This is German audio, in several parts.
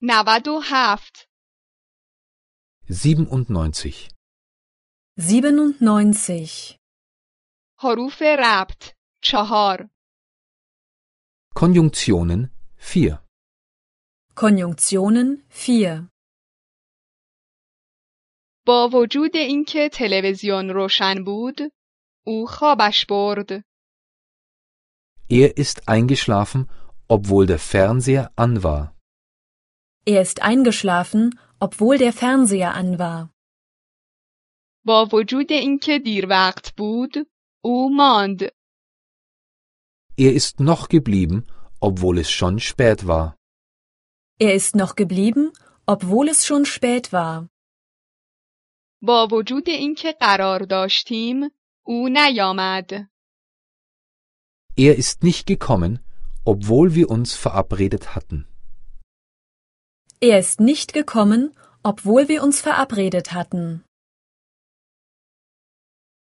navadohaft, 97. 97. حروف ربط، چهار، Konjunktionen 4. Konjunktionen 4. با وجود اینکه تلویزیون روشن بود، او خوابش برد. Er ist eingeschlafen, obwohl der Fernseher an war. Er ist eingeschlafen, obwohl der Fernseher an war. با وجود اینکه دیر وقت بود، او ماند. Er ist noch geblieben, obwohl es schon spät war. Er ist noch geblieben, obwohl es schon spät war. با وجود اینکه قرار داشتیم، او نیامد. Er ist nicht gekommen, obwohl wir uns verabredet hatten. Er ist nicht gekommen, obwohl wir uns verabredet hatten.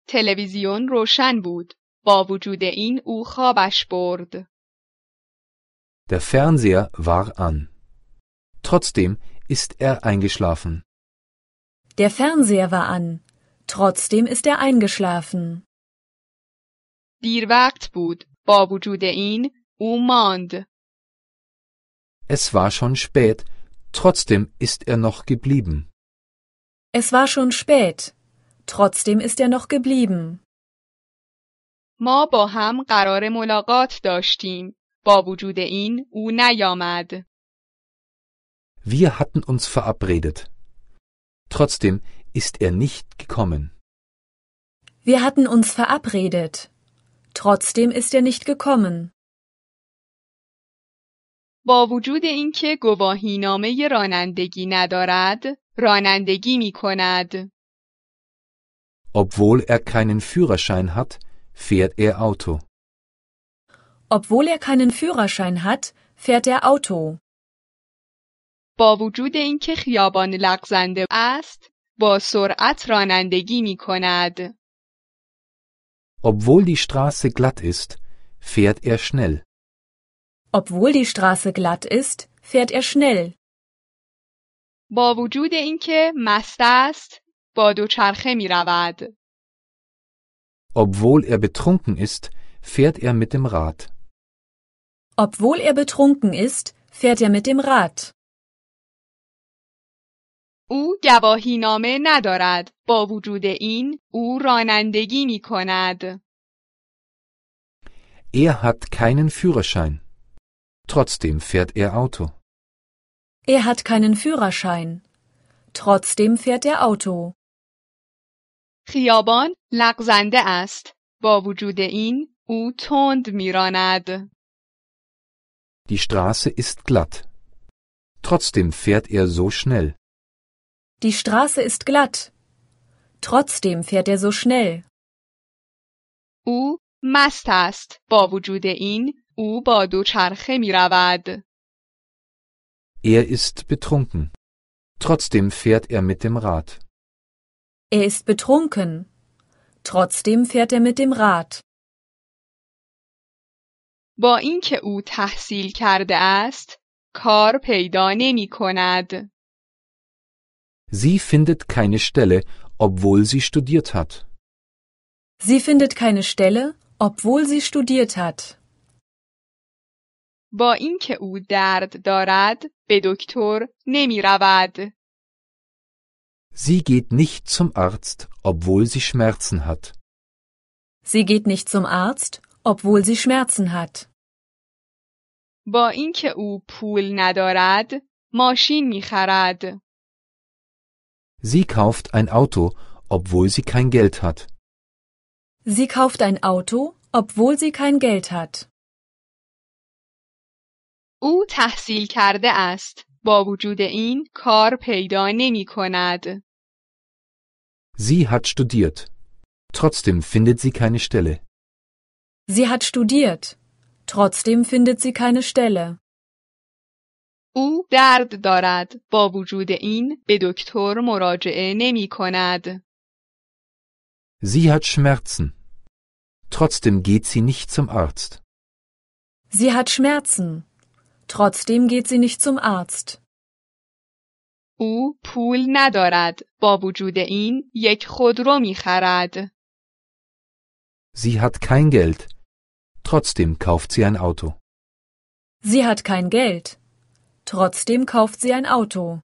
تلویزیون روشن بود. با وجود این او خوابش برد. Der Fernseher war an. Trotzdem ist er eingeschlafen. Der Fernseher war an. Trotzdem ist er eingeschlafen. دیر وقت بود. با وجود این او ماند. Es war schon spät, trotzdem ist er noch geblieben. Es war schon spät. Trotzdem ist er noch geblieben. ما با هم قرار ملاقات داشتیم. با وجود این او نیامد. Wir hatten uns verabredet. Trotzdem ist er nicht gekommen. Wir hatten uns verabredet. Trotzdem ist er nicht gekommen. با وجود اینکه گواهینامه رانندگی ندارد، رانندگی می کند. Obwohl er keinen Führerschein hat, fährt er Auto. Obwohl er keinen Führerschein hat, fährt er Auto. با وجود اینکه خیابان لغزنده است، با سرعت رانندگی می کند. Obwohl die Straße glatt ist, fährt er schnell. Obwohl die Straße glatt ist, fährt er schnell. با وجود اینکه مست است، با دوچرخه می رود. Obwohl er betrunken ist, fährt er mit dem Rad. Obwohl er betrunken ist, fährt er mit dem Rad. او گواهینامه ندارد. با وجود این، او رانندگی می کند. Er hat keinen Führerschein. Trotzdem fährt er Auto. Er hat keinen Führerschein. Trotzdem fährt er Auto. خیابان لغزنده است. با وجود این، او تند می راند. Die Straße ist glatt. Trotzdem fährt er so schnell. Die Straße ist glatt. Trotzdem fährt er so schnell. او مست است. با وجود این، او با دوچرخه می رود. Er ist betrunken. Trotzdem fährt er mit dem Rad. Er ist betrunken. Trotzdem fährt er mit dem Rad. با اینکه او تحصیل کرده است، کار پیدا نمی کند. Sie findet keine Stelle, obwohl sie studiert hat. Sie findet keine Stelle, obwohl sie studiert hat. با اینکه او درد دارد، به دکتر نمی رود. Sie geht nicht zum Arzt, obwohl sie Schmerzen hat. Sie geht nicht zum Arzt, obwohl sie Schmerzen hat. با اینکه او پول ندارد، ماشین می خرد. Sie kauft ein Auto, obwohl sie kein Geld hat. Sie kauft ein Auto, obwohl sie kein Geld hat. او تحصیل کرده است. با وجود این کار پیدا نمی کند. Sie hat studiert. Trotzdem findet sie keine Stelle. Sie hat studiert. Trotzdem findet sie keine Stelle. او درد دارد. با وجود این به دکتر مراجعه نمی کند. Sie hat Schmerzen. Trotzdem geht sie nicht zum Arzt. Sie hat Schmerzen. Trotzdem geht sie nicht zum Arzt. او پول ندارد. با وجود این یک خودرو میخرد. Sie hat kein Geld. Trotzdem kauft sie ein Auto. Sie hat kein Geld. Trotzdem kauft sie ein Auto.